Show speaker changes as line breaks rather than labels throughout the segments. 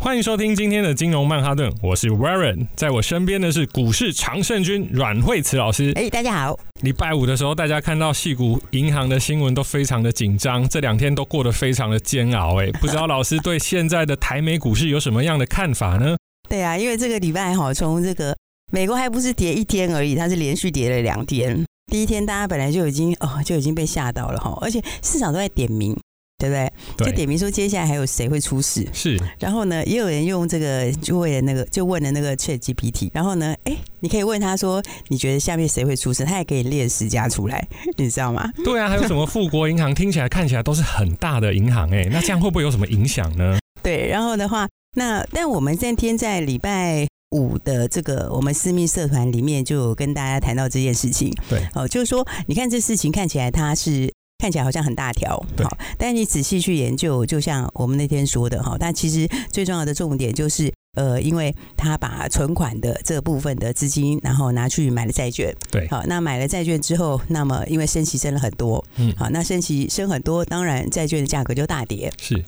欢迎收听今天的金融曼哈顿，我是 Warren，在我身边的是股市常胜军阮惠慈老师。
哎、大家好，
礼拜五的时候，大家看到戏股银行的新闻都非常的紧张，这两天都过得非常的煎熬。哎，不知道老师对现在的台美股市有什么样的看法呢？
对啊，因为这个礼拜哈，从这个美国还不是跌一天而已，它是连续跌了两天。第一天大家本来就已经哦就已经被吓到了哈，而且市场都在点名，对不对？就
对，
点名说接下来还有谁会出事。
是
然后呢，也有人用这个就为了那个就问了那个 Chat GPT，然后呢，哎，你可以问他说你觉得下面谁会出事，他也给你列十家出来，你知道吗？
对啊，还有什么富国银行，听起来看起来都是很大的银行，哎，那这样会不会有什么影响呢？
对，然后的话，那但我们今天在礼拜五的这个我们私密社团里面就有跟大家谈到这件事情。
对，
哦，就是说，你看这事情看起来它是。看起来好像很大条，
对
好，但你仔细去研究，就像我们那天说的哈，但其实最重要的重点就是，呃，因为他把存款的这部分的资金，然后拿去买了债券，
对
好，那买了债券之后，那么因为升息升了很多，
嗯
好，那升息升很多，当然债券的价格就大跌，
是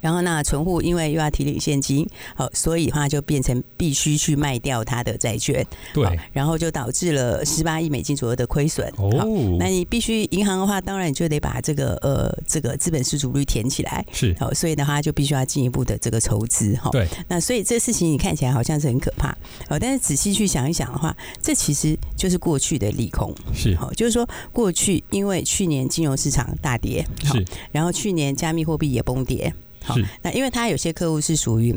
然后那存户因为又要提领现金，好，所以的话就变成必须去卖掉他的债券，
对
好然后就导致了十八亿美金左右的亏损。好，
哦，
那你必须银行的话，当然你就得把这个呃这个资本失足率填起来。
是
好，所以的话就必须要进一步的这个筹资哈。
对，
那所以这事情你看起来好像是很可怕，好，但是仔细去想一想的话，这其实就是过去的利空。
是
好，就是说过去因为去年金融市场大跌，好
是
然后去年加密货币也崩跌，好
是，
那因为它有些客户是属于。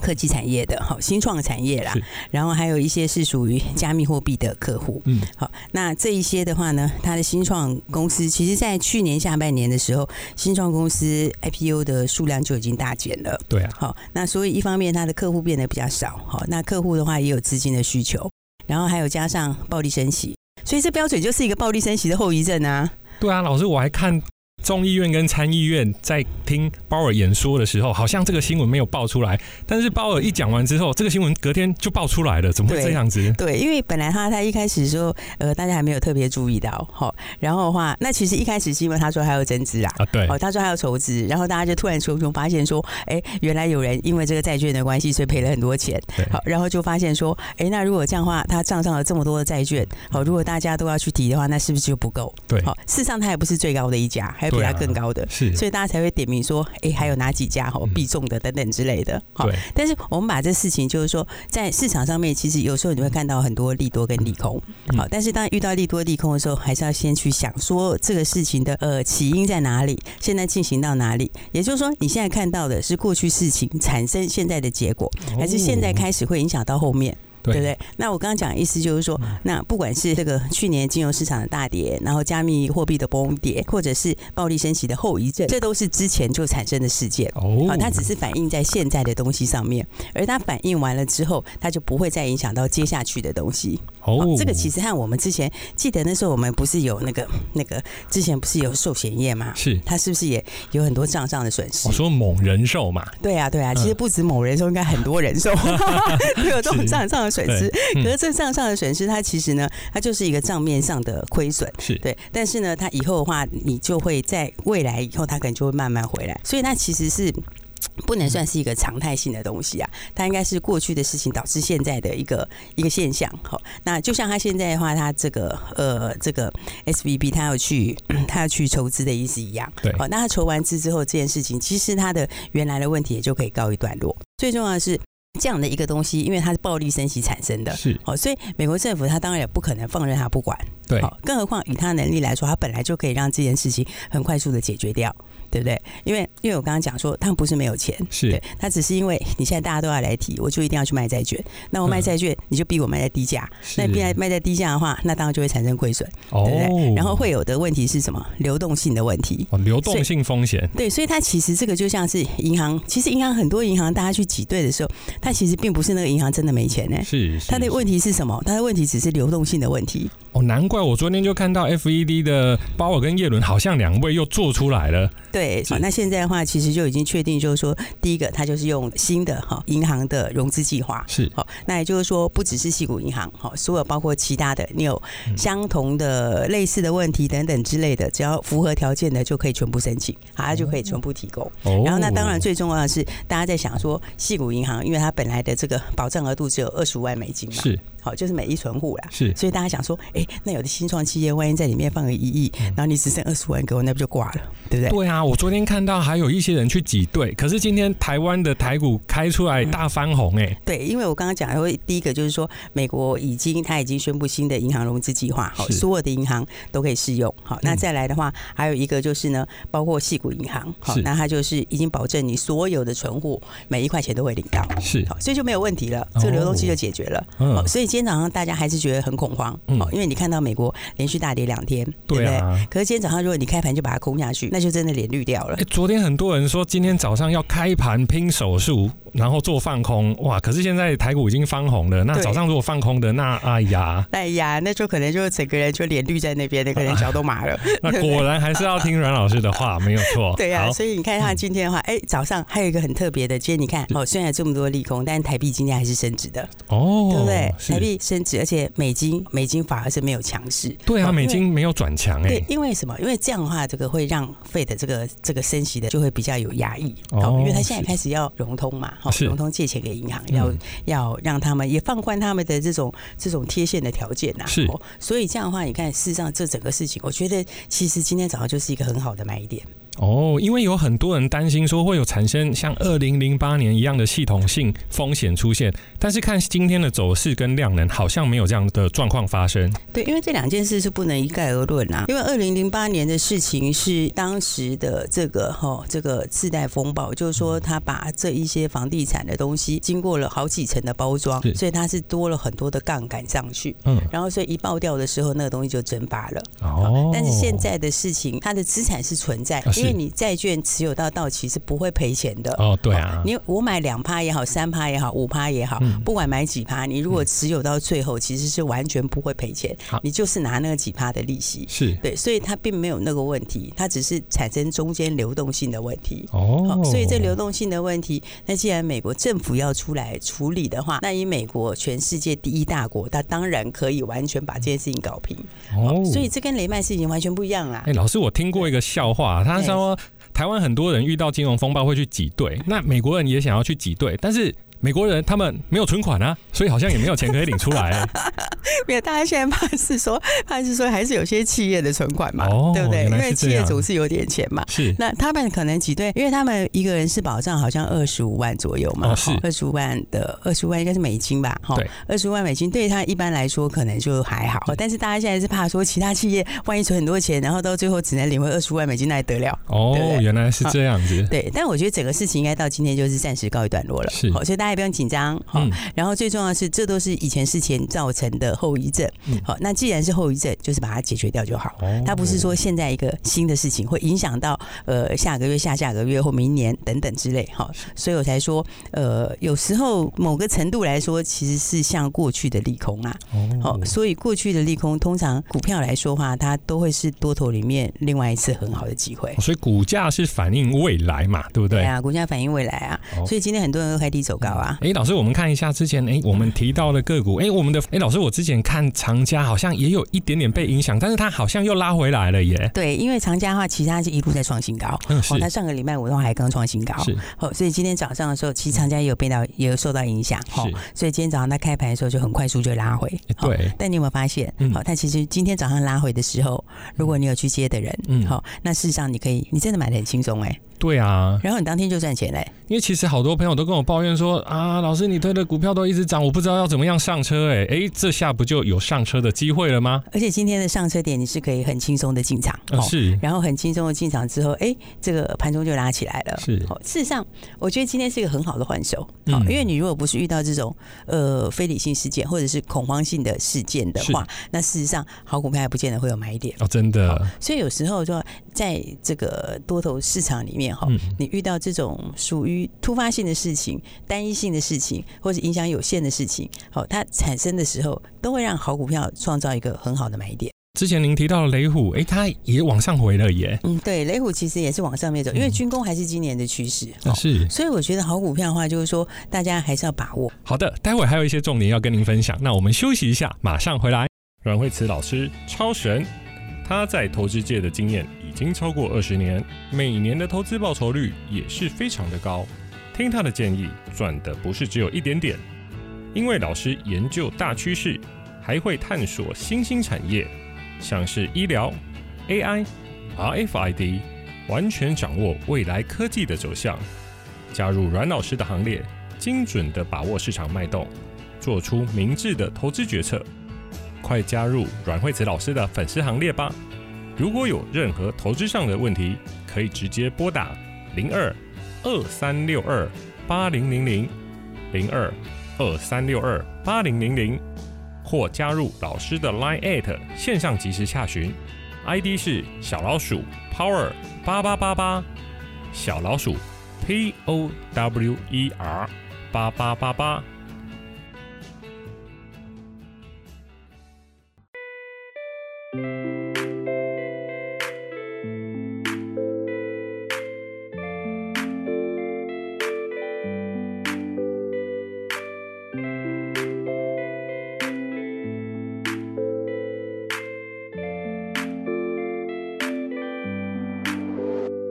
科技产业的哈，好新创产业啦
是，
然后还有一些是属于加密货币的客户。
嗯，
好，那这一些的话呢，它的新创公司其实，在去年下半年的时候，新创公司 IPO 的数量就已经大减了。
对啊，
好，那所以一方面它的客户变得比较少，好，那客户的话也有资金的需求，然后还有加上暴力升息，所以这标准就是一个暴力升息的后遗症啊。
对啊，老师，我还看众议院跟参议院在听鲍尔演说的时候，好像这个新闻没有爆出来，但是鲍尔一讲完之后，这个新闻隔天就爆出来了，怎么会
对
这样子？
对，因为本来他他一开始的时候，呃，大家还没有特别注意到，好，然后的话，那其实一开始是因为他说他要增资啦。
啊，对
哦，他说他要筹资，然后大家就突然熊熊发现说，哎，原来有人因为这个债券的关系，所以赔了很多钱。
对
好，然后就发现说，哎，那如果这样的话，他账上有这么多的债券，好，如果大家都要去提的话，那是不是就不够？
对
好，事实上他也不是最高的一家，还有比
对啊
他更高的，
是，
所以大家才会点名说，哎，还有哪几家好
嗯
必中的等等之类的。好
对，
但是我们把这事情，就是说，在市场上面，其实有时候你会看到很多利多跟利空。
嗯
好，但是当遇到利多利空的时候，还是要先去想说这个事情的呃起因在哪里，现在进行到哪里。也就是说，你现在看到的是过去事情产生现在的结果，还是现在
哦
开始会影响到后面，
对嗯
对不对？那我刚刚讲的意思就是说，那不管是这个去年金融市场的大跌，然后加密货币的崩跌，或者是暴力升息的后遗症，这都是之前就产生的事件。
哦
好，它只是反映在现在的东西上面，而它反映完了之后，它就不会再影响到接下去的东西。
哦
好，这个其实和我们之前记得那时候我们不是有那个 那个之前不是有寿险业嘛，
哦是
它是不是也有很多账上的损失
我？说猛人寿嘛，
对啊，对啊，其实
嗯
不止某人寿，应该很多人寿都 有这种
是
账上的损失。
嗯
可是这账上的损失，它其实呢，它就是一个账面上的亏损。
是
对，但是呢，它以后的话，你就会在未来以后，它可能就会慢慢回来，所以它其实是。不能算是一个常态性的东西啊，它应该是过去的事情导致现在的一个一个现象。好，那就像它现在的话，它这个呃这个 S V B 它要去它要去筹资的意思一样。
对
好，那它筹完资之后，这件事情其实它的原来的问题也就可以告一段落。最重要的是这样的一个东西，因为它是暴力升息产生的，
是
好，所以美国政府它当然也不可能放任它不管。
对
好，更何况以他能力来说，他本来就可以让这件事情很快速的解决掉。对不对？因为因为我刚刚讲说，他们不是没有钱，
是
对，他只是因为你现在大家都要来提，我就一定要去卖债券。那我
嗯
卖债券，你就逼我卖在低价，那你逼卖卖在低价的话，那当然就会产生亏损，
哦
对不对？然后会有的问题是什么？流动性的问题。
哦流动性风险
对，所以它其实这个就像是银行，其实银行很多银行大家去挤兑的时候，它其实并不是那个银行真的没钱呢、
是是
它的
是
问题是什么？它的问题只是流动性的问题。
哦，难怪我昨天就看到 FED 的鲍尔跟耶伦好像两位又做出来了，
对，
是
好，那现在的话，其实就已经确定，就是说，第一个，它就是用新的哈银行的融资计划。
是
好，那也就是说，不只是细谷银行，好，所有包括其他的，你有
嗯
相同的、类似的问题等等之类的，只要符合条件的，就可以全部申请，好，它就可以全部提供。
哦。
然后，那当然最重要的是，大家在想说，细谷银行，因为它本来的这个保障额度只有二十五万美金嘛，
是
好，就是每一存户啦，
是
所以大家想说，哎、那有的新创企业万一在里面放个一亿，然后你只剩二十万给我，那不就挂了，对不对？
嗯对啊，我昨天看到还有一些人去挤兑，可是今天台湾的台股开出来大翻红哎、
对，因为我刚刚讲说，第一个就是说，美国已经它已经宣布新的银行融资计划，好，
是嗯
所有的银行都可以适用。好，那再来的话，还有一个就是呢，包括细谷银行，好
是，
那它就是已经保证你所有的存户每一块钱都会领到，
是哦
好，所以就没有问题了，这个流动性就解决了。
嗯
哦，所以今天早上大家还是觉得很恐慌，
嗯
哦，因为你看到美国连续大跌两天，
对
对不对？
啊。
可是今天早上如果你开盘就把它空下去，那就真的脸绿掉了
哎、。昨天很多人说今天早上要开盘拼手速，然后做放空，哇！可是现在台股已经翻红了，那
对
早上如果放空的，那哎 呀，
哎呀，那就可能就整个人就脸绿在那边，那可能脚都麻了。
那果然还是要听阮老师的话，没有错。
对
好嗯
啊，所以你看他今天的话，哎、早上还有一个很特别的，今天你看哦，虽然有这么多利空，但台币今天还是升值的，
哦，
对不对？
是
台币升值，而且美金美金反而是没有强势。
对啊，
哦
美。
因为
金没有转强哎
对，，因为什么？因为这样的话，这个会让费的这个这个升息的就会比较有压抑，
哦
哦，因为他现
是
在开始要融通嘛，哈、
是
融通借钱给银行，
嗯
要、要让他们也放宽他们的这种这种贴现的条件呐、
是
哦，所以这样的话，你看，事实上这整个事情，我觉得其实今天早上就是一个很好的买点。
哦，因为有很多人担心说会有产生像二零零八年一样的系统性风险出现，但是看今天的走势跟量能，好像没有这样的状况发生。
对，因为这两件事是不能一概而论啊。因为二零零八年的事情是当时的这个哈、这个次贷风暴，就是说他把这一些房地产的东西经过了好几层的包装
是，
所以它是多了很多的杠杆上去，
嗯，
然后所以一爆掉的时候，那个东西就蒸发了。
哦，
但是现在的事情，它的资产是存在
啊，是
因为你债券持有到到期是不会赔钱的。
哦，对啊，
你我买两趴也好，三趴也好，五趴也好，
嗯
不管买几趴，你如果持有到最后，其实是完全不会赔钱
好，
你就是拿那几趴的利息。
是
对，所以它并没有那个问题，它只是产生中间流动性的问题。
哦
好，所以这流动性的问题，那既然美国政府要出来处理的话，那以美国全世界第一大国，它当然可以完全把这件事情搞平。
哦，
所以这跟雷曼事情完全不一样啦
哎、。老师，我听过一个笑话，他说台湾很多人遇到金融风暴会去挤兑，那美国人也想要去挤兑，但是。美国人他们没有存款啊，所以好像也没有钱可以领出来、啊
没有，大家现在怕是说， 怕是说还是有些企业的存款嘛，
哦
对不对？
原
因
来是
为企
这
业
样
总是有点钱嘛。
是
那他们可能挤兑，因为他们一个人是保障好像二十五万左右嘛
哦是，
二十五万的二十五万应该是美金吧，哈
对，
二十五万美金对他一般来说可能就还好，但是大家现在是怕说其他企业万一存很多钱，然后到最后只能领回二十五万美金，那还得了？
哦
对不，对
原来是这样子，
对，但我觉得整个事情应该到今天就是暂时告一段落了，
是
好，所以大家也不用紧张，哈、
嗯
然后最重要的是，这都是以前事情造成的后遗症
嗯。
好、那既然是后遗症，就是把它解决掉就好。
哦
它不是说现在一个新的事情会影响到呃下个月、下下个月或明年等等之类哈、所以我才说，呃，有时候某个程度来说，其实是像过去的利空啊。
哦
哦，所以过去的利空，通常股票来说话，它都会是多头里面另外一次很好的机会。
哦所以股价是反映未来嘛，对不对？
啊，股价反映未来啊，
哦
所以今天很多人都开低走高啊。
哎，老师，我们看一下之前，哎，我们提到的个股，哎，我们的，哎，老师，我之前看长嘉好像也有一点点被影响，但是它好像又拉回来了耶。
对，因为长家的话，其实它是一路在创新高。
嗯，是
哦，它上个礼拜五的话还刚创新高，
是嗯
哦，所以今天早上的时候，其实长家也有变到，也有受到影响，哦
是，
所以今天早上它开盘的时候就很快速就拉回，
哎
哦。
对，
但你有没有发现，
嗯
好、它其实今天早上拉回的时候，如果你有去接的人，哦
嗯
好、那事实上你可以，你真的买的很轻松哎，
对啊，
然后你当天就赚钱嘞、
因为其实好多朋友都跟我抱怨说啊，老师你推的股票都一直涨，我不知道要怎么样上车、欸，哎哎，这下不就有上车的机会了吗？
而且今天的上车点你是可以很轻松的进场，哦
呃、是，
然后很轻松的进场之后，哎、这个盘中就拉起来了。
是
哦，事实上，我觉得今天是一个很好的换手，
嗯
哦，因为你如果不是遇到这种呃非理性事件或者是恐慌性的事件的话，那事实上好股票还不见得会有买点。
哦，真的，
所以有时候就在这个多头市场里面哈，
嗯
你遇到这种属于突发性的事情、单一性的事情，或是影响有限的事情，好，它产生的时候都会让好股票创造一个很好的买点。
之前您提到的雷虎，哎、它也往上回了耶，
嗯，对，雷虎其实也是往上面走，因为军工还是今年的趋势。
呃
哦
嗯是
所以我觉得好股票的话，就是说大家还是要把握。
好的，待会还有一些重点要跟您分享，那我们休息一下，马上回来。阮慧慈老师超神，他在投资界的经验已经超过二十年，每年的投资报酬率也是非常的高。听他的建议，赚的不是只有一点点，因为老师研究大趋势，还会探索新兴产业，像是医疗、AI、RFID，完全掌握未来科技的走向。加入阮老师的行列，精准的把握市场脉动，做出明智的投资决策。快加入阮惠慈老师的粉丝行列吧！如果有任何投资上的问题，可以直接拨打零二二三六二八零零零零二二三六二八零零零，或加入老师的 Line at 线上即时洽询，ID 是小老鼠 Power 八八八八，小老鼠 P O W E R 八八八八。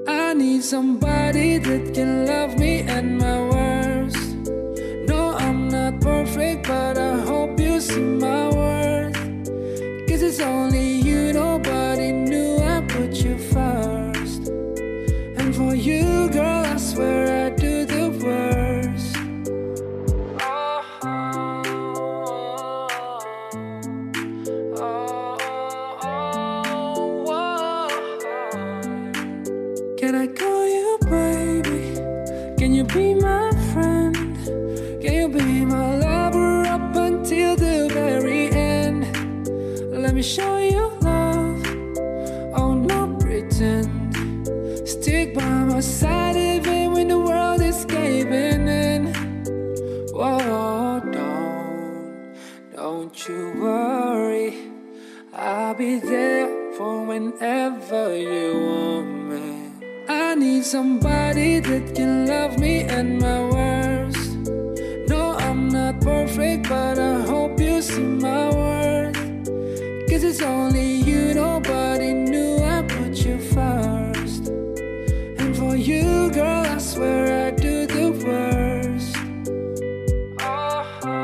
I need somebody that can love me at my worst. No, I'm not perfect, but I hope you see my worth. Cause it's only you, nobody knew I put you first. And for you, girl, I swear I do the worst. Can I call you baby? Can you be my friend? Can you be my lover up until the very end? Let me show you love. Oh, no pretend. Stick by my side even when the world is caving in. Whoa, don't, don't you worry. I'll be there for whenever you want me. I need somebody that can love me at my worst. No, I'm not perfect, but I hope you see my worth. Cause it's only you, nobody knew I put you first. And for you, girl, I swear I do the worst. Oh, oh,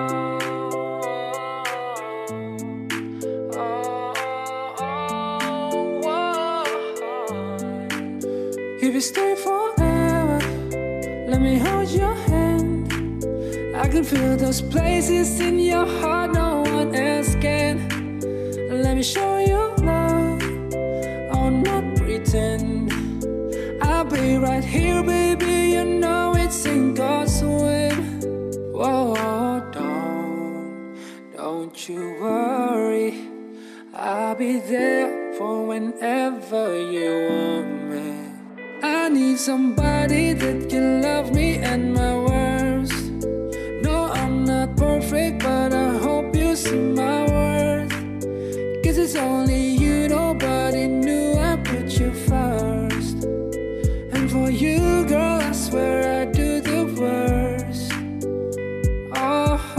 If you stay forever, let me hold your hand. I can feel those places in your heart no one else can. Let me show you love, I'll not pretend. I'll be right here, baby. You know it's in God's will. Whoa, don't, don't you worry. I'll be there for whenever you want me. I need somebody that can love me at my worst. No, I'm not perfect, but I hope you see my worth. Cause it's only you, nobody knew I put you first. And for you, girl, I swear I do the worst. Oh,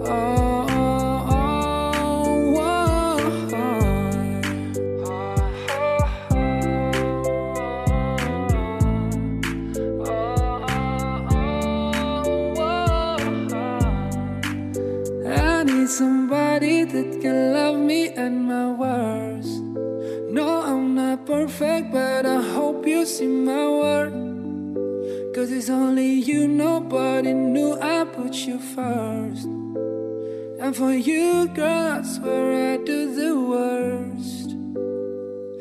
oh, oh, I need Somebody that can love me at my worst. No, I'm not perfect. words in my world. Cause it's only you, nobody knew I put you first. And for you, girl, I swear I do the worst.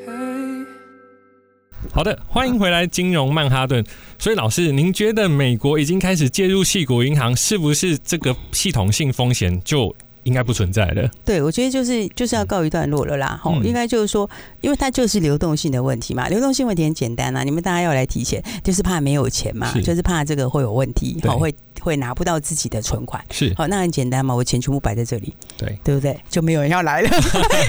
Hey.
好的，欢迎回来，金融曼哈顿。所以老师，您觉得美国已经开始介入系股银行，是不是这个系统性风险就应该不存在了？
对，我觉得就是就是要告一段落了啦，吼、
嗯
应该就是说，因为它就是流动性的问题嘛，流动性问题很简单啊，你们大家要来提钱，就是怕没有钱嘛，
是
就是怕这个会有问题，
对
好、会会拿不到自己的存款。
是
好，那很简单嘛，我钱全部摆在这里，
对，
对不对？就没有人要来 了，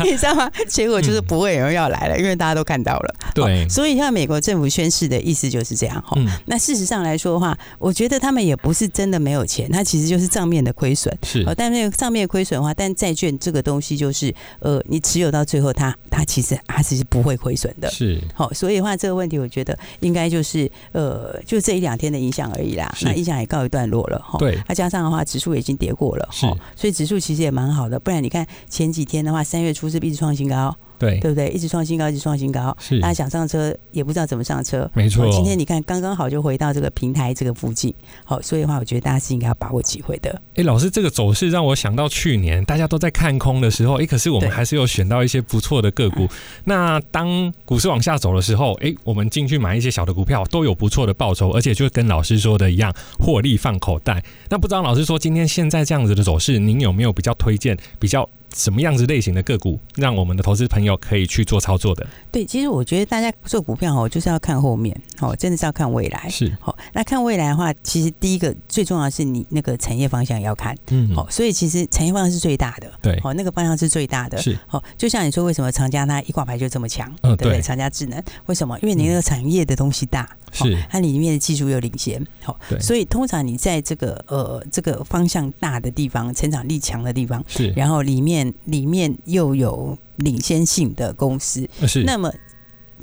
你知道吗？结果就是不会有人要来了，因为大家都看到了。
嗯对
好所以像美国政府宣誓的意思就是这样哈。
嗯，
那事实上来说的话，我觉得他们也不是真的没有钱，他其实就是账面的亏损。
是
哦，但那个账面亏损的话，但债券这个东西就是，呃，你持有到最后它，它其实它其实不会亏损的。
是，
好、所以的话，这个问题我觉得应该就是，呃，就这一两天的影响而已啦。
是
那影响也告一段落了哈。
对
那、加上的话，指数也已经跌过了，
是
齁所以指数其实也蛮好的。不然你看前几天的话，三月初是不是一直创新高，
对，
对不对？一直创新高，一直创新高，
是
大家想上车也不知道怎么上车。
没错
齁。今天你看刚刚好就回到这个平台这个附近，好、所以的话，我觉得大家是应该要把握机会的。
哎，老师，这个走势让我想到去年大家都在看空的时候，哎，可是我们
对
还是有选到一些不错的个股。那当股市往下走的时候，哎，我们进去买一些小的股票，都有不错的报酬，而且就跟老师说的一样，获利放口袋。那不知道老师说今天现在这样子的走势，您有没有比较推荐比较什么样子类型的个股，让我们的投资朋友可以去做操作的？
对，其实我觉得大家做股票哦，就是要看后面哦，真的是要看未来。
是，
好、那看未来的话，其实第一个最重要的是你那个产业方向也要看。
嗯
好、所以其实产业方向是最大的。哦
对
好、那个方向是最大的。
是，
好、哦就像你说，为什么长家它一挂牌就这么强？
嗯
对不
对嗯
对？长家智能为什么？因为你那个产业的东西大，好
是
它里面的技术又领先。好、
对
所以通常你在这个呃这个方向大的地方，成长力强的地方，
是
然后里面里面又有领先性的公司，
是，
那么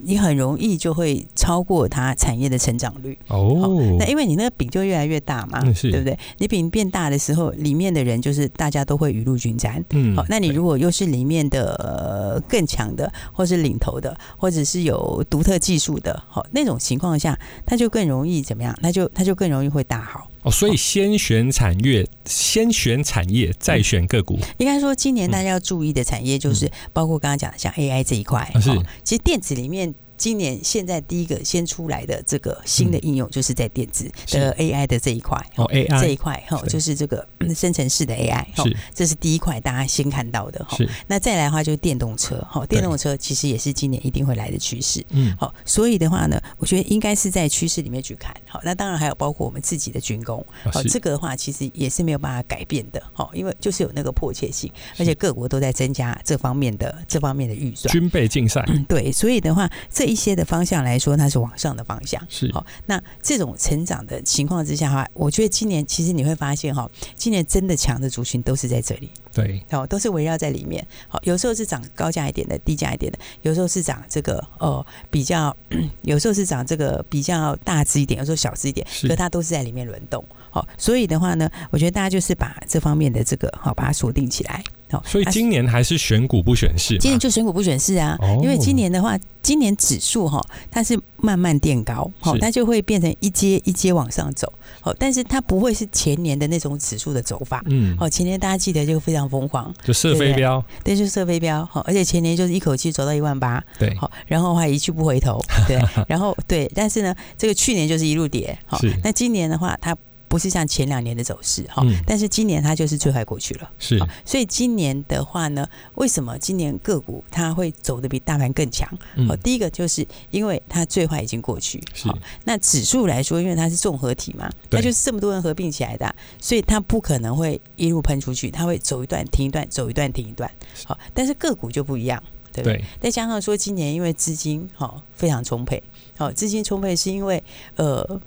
你很容易就会超过它产业的成长率。
哦
那，因为你那个饼就越来越大嘛，
嗯是
对不对？你饼变大的时候，里面的人就是大家都会雨露均沾。
嗯
好、那你
对
如果又是里面的、呃、更强的，或是领头的，或者是有独特技术的，好、那种情况下，它就更容易怎么样？它就它就更容易会大好。
哦，所以先选产业，先选产业，再
嗯
选个股。
应该说，今年大家要注意的产业就是包括刚刚讲的像 AI 这一块
嗯啊，是
哦其实电子里面。今年现在第一个先出来的这个新的应用，就是在电子
嗯是
的 AI 的这一块
哦，AI
这一块哈，哦
对
就是这个嗯生成式的 AI 哦
是
这是第一块大家先看到的哈。哦
是，
那再来的话就是电动车哈，哦电动车其实也是今年一定会来的趋势。
嗯，
好，所以的话呢，我觉得应该是在趋势里面去看。好，那当然还有包括我们自己的军工，
啊
好，
是
这个的话其实也是没有办法改变的。好，因为就是有那个迫切性，而且各国都在增加这方面的这方面的预算。
军备竞赛
对，所以的话，这一些的方向来说，它是往上的方向。
是
好，那这种成长的情况之下哈，我觉得今年其实你会发现哈，今年真的强的族群都是在这里。
对，
哦，都是围绕在里面。好、有时候是涨高价一点的，低价一点的；有时候是涨这个哦比较， 有时候是涨这个比较大只一点，有时候小只一点，
是
可它都是在里面轮动。好、所以的话呢，我觉得大家就是把这方面的这个好、把它锁定起来。好、
所以
啊
今年还是选股不选市嘛。啊
今年就选股不选市啊，
哦
因为今年的话，今年指数哈、它是慢慢垫高，好、
是
它就会变成一阶一阶往上走，好、但是它不会是前年的那种指数的走法。
嗯，
哦，前年大家记得就非常疯狂，
就射飞镖，
对，就是射飞镖，好，而且前年就是一口气走到一万八，
对，
好，然后还一去不回头， 对，然后对，但是呢，这个去年就是一路跌，好
是，
那今年的话，它不是像前两年的走势，哈、
嗯
但是今年它就是最坏过去了，
是
好，所以今年的话呢，为什么今年个股它会走得比大盘更强？
嗯
好，，第一个就是因为它最坏已经过去，
是
好，那指数来说，因为它是综合体嘛，
对
它就是这么多人合并起来的啊、所以它不可能会一路喷出去，它会走一段停一段，走一段停一段。好，但是个股就不一样，对不对？
对，
再加上说，今年因为资金好、哦非常充沛，好、资金充沛是因为呃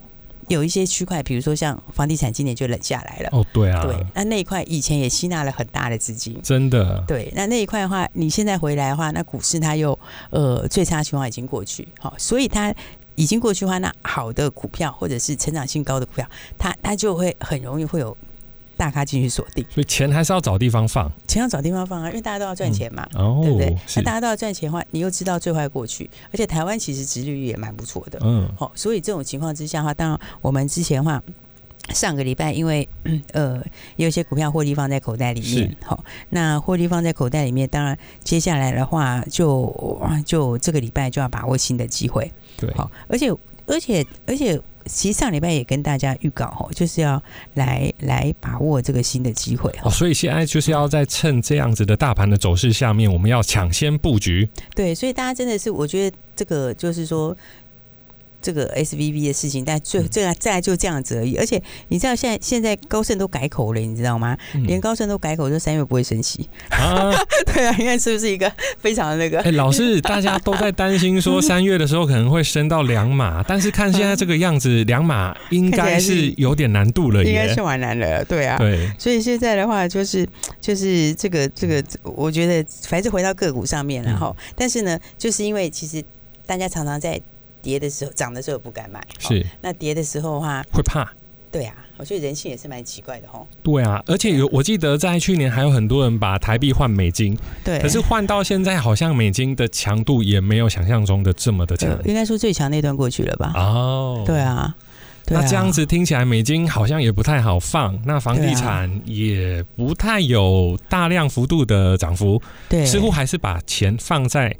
有一些区块，比如说像房地产，今年就冷下来了。
哦，对啊，
对，那那一块以前也吸纳了很大的资金。
真的，
对，那那一块的话，你现在回来的话，那股市它又呃最差情况已经过去，好、所以它已经过去的话，那好的股票或者是成长性高的股票，它它就会很容易会有大咖进去锁定，
所以钱还是要找地方放
钱要找地方放啊，因为大家都要赚钱嘛。
哦，
对不对？
是
那大家都要赚钱的话，你又知道最坏过去，而且台湾其实殖利率也蛮不错的。
嗯
好、所以这种情况之下的话，当然我们之前的话，上个礼拜因为嗯呃也有一些股票获利放在口袋里面
是，
好、那获利放在口袋里面，当然接下来的话就就这个礼拜就要把握新的机会，
对，
好、而且而且而且。其实上礼拜也跟大家预告吼，就是要来来把握这个新的机会
哦，
哈。
所以现在就是要在趁这样子的大盘的走势下面，我们要抢先布局。
对，所以大家真的是，我觉得这个就是说，这个 SVB 的事情，但最
嗯
这个再来就这样子而已。而且你知道现在现在高盛都改口了，你知道吗？
嗯
连高盛都改口说三月不会升息，
啊，
对啊，你看是不是一个非常的那个
哎、？老师，大家都在担心 说三月的时候可能会升到两码，但是看现在这个样子，两码应
看起
该
来是
是有点难度了
应该
耶
是。完难了，对啊。
对，
所以现在的话，就是就是这个这个，我觉得还是回到个股上面
嗯
了哈，然后、但是呢，就是因为其实大家常常在跌的时候、涨的时候不敢买，哦
是
那跌的时候的话，
会怕。
对啊，我觉得人性也是蛮奇怪的哈。
对啊，而且有我记得在去年还有很多人把台币换美金，
对，
可是换到现在好像美金的强度也没有想象中的这么的强
呃应该说最强那段过去了吧？
哦。
对啊，对啊
那这样子听起来，美金好像也不太好放，那房地产也不太有大量幅度的涨幅，
对
似乎还是把钱放在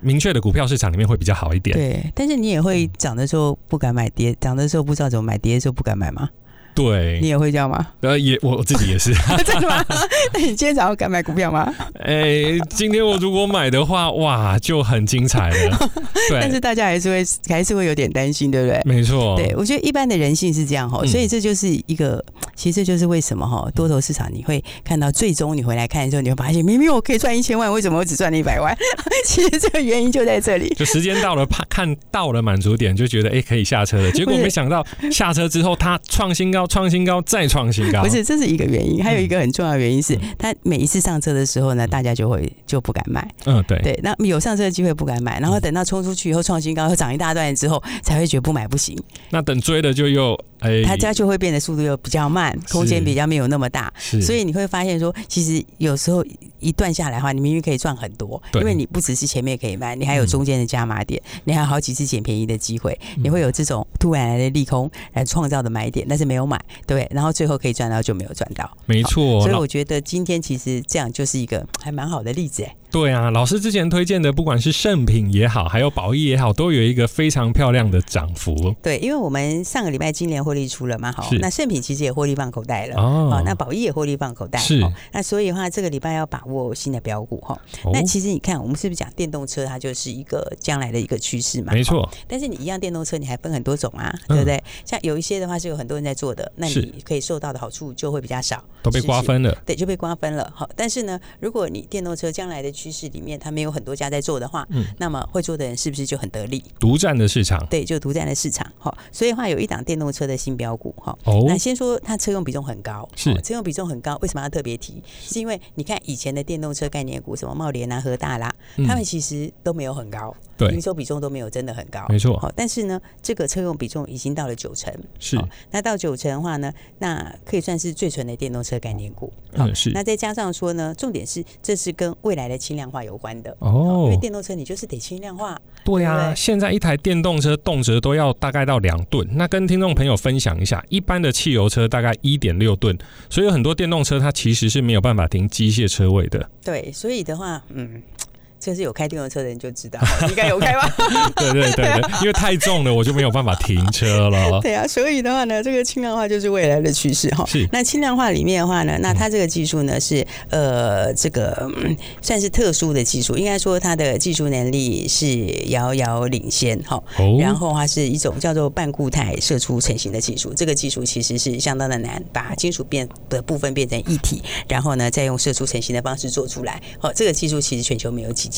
明确的股票市场里面会比较好一点。
对，但是你也会涨的时候不敢买跌，涨的时候不知道怎么买，跌的时候不敢买吗？
嗯
你
对，
也会这 样吗？
呃，也我我自己也 是。
真的吗？那你今天早上敢买股票吗？
哎，今天我如果买的话，哇，就很精彩 了。
但
对
是，大家还是会还是会有点担心，对不对？
没错，
对，我觉得一般的人性是这样哈，
哦嗯
所以这就是一个，其实这就是为什么哈，多头市场你会看到最终你回来看的时候，你会发现明明我可以赚一千万，为什么我只赚了一百万？ 其实这个原因就在这里。
就时间到了，怕看到了满足点，就觉得哎、可以下 车了。结果
不是
没想到下车之后，它创新高，创新高，再创新高。
不是，这是一个原因，还
嗯
有一个很重要的原因是，他每一次上车的时候呢，大家就会就不敢买，
嗯，对，嗯
对，那有上车的机会不敢买，然后等到冲出去以后创新高，又涨一大段之后，才会觉得不买不行，
那等追了就又哎，
他家就会变得速度又比较慢，空间
是
比较没有那么大，
是
所以你会发现说，其实有时候一段下来的话，你明明可以赚很多，
对
因为你不只是前面可以卖，你还有
嗯
中间的加码点，你还有好几次捡便宜的机会，你会有这种突然来的利空来创造的买点，但是没有买，对，然后最后可以赚到就没有赚到。
没错
哦所以
老
我觉得今天其实这样就是一个还蛮好的例子哎、
对啊，老师之前推荐的，不管是圣品也好，还有宝益也好，都有一个非常漂亮的涨幅
对，因为我们上个礼拜今年获利出了嘛，好
是，
那盛品其实也获利放口袋了。
哦
哦，那宝益也获利放口袋，
是
哦那所以的话，这个礼拜要把握新的标股哈、
哦
那其实你看，我们是不是讲电动车它就是一个将来的一个趋势嘛？
没错，
但是你一样电动车，你还分很多种啊，
嗯
对不对？像有一些的话是有很多人在做的，那
是
你可以受到的好处就会比较少，
都被瓜分了。
对，就被瓜分了。好，但是呢，如果你电动车将来的趋势里面，它没有很多家在做的话，
嗯
那么会做的人是不是就很得利？
独占的市场
对，就独占了市场。好，所以的话有一档电动车的新标股哈。
哦
那先说它车用比重很高，
是
哦车用比重很高，为什么要特别提？是因为你看以前的电动车概念股，什么茂联啊、和大啦，
嗯
他们其实都没有很高，
对
营，收比重都没有真的很高，
没错
好，但是呢，这个车用比重已经到了九成，
是
好那到九成的话呢，那可以算是最纯的电动车概念股。好
嗯是
那再加上说呢，重点是这是跟未来的轻量化有关的。因
哦
为，电动车你就是得轻量化，
对
对
啊，
不对
现在一台电动车动辄都要大概到两吨。那跟听众朋友分享一下，一般的汽油车大概一点六吨，所以有很多电动车它其实是没有办法停机械车位 的。
对，所以的话，嗯，这是有开电动车的人就知道，应该有开吧？
对对对对，因为太重了，我就没有办法停车了。
对啊，所以的话呢，这个轻量化就是未来的趋势哈。
是
那轻量化里面的话呢，那它这个技术呢是呃，这个、嗯算是特殊的技术，应该说它的技术能力是遥遥领先哈。
哦，
然后它是一种叫做半固态射出成型的技术，这个技术其实是相当的难，把金属变的部分变成一体，然后呢再用射出成型的方式做出来。哦，这个技术其实全球没有几家。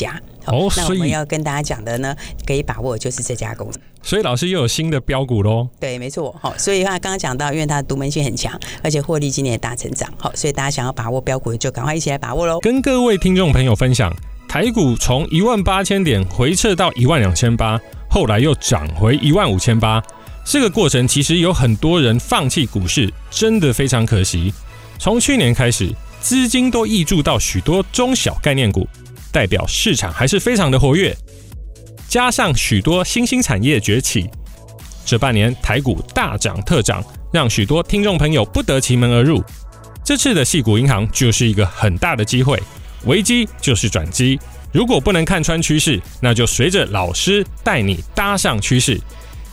哦
那我
所以
们要跟大家讲的呢，可以把握就是这家公司。
所以老师又有新的标股喽。
对，没错，好，所以的话刚刚讲到，因为它的独门性很强，而且获利今年也大成长，好，所以大家想要把握标股就赶快一起来把握喽。
跟各位听众朋友分享，台股从一万八千点回撤到一万两千八，后来又涨回一万五千八。这个过程其实有很多人放弃股市，真的非常可惜。从去年开始，资金都溢注到许多中小概念股，代表市场还是非常的活跃。加上许多新兴产业崛起，这半年台股大涨特涨，让许多听众朋友不得其门而入。这次的系股银行就是一个很大的机会，危机就是转机。如果不能看穿趋势，那就随着老师带你搭上趋势。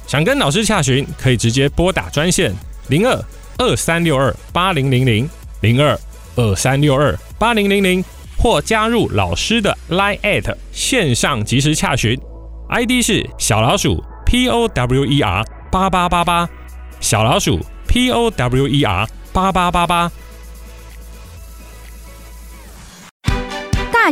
想跟老师洽询，可以直接拨打专线零二二三六二八零零零零二二三六二八零零零，或加入老师的 Line at 线上即时洽询，ID 是小老鼠 P O W E R 八八八八，小老鼠 P O W E R 八八八八。
大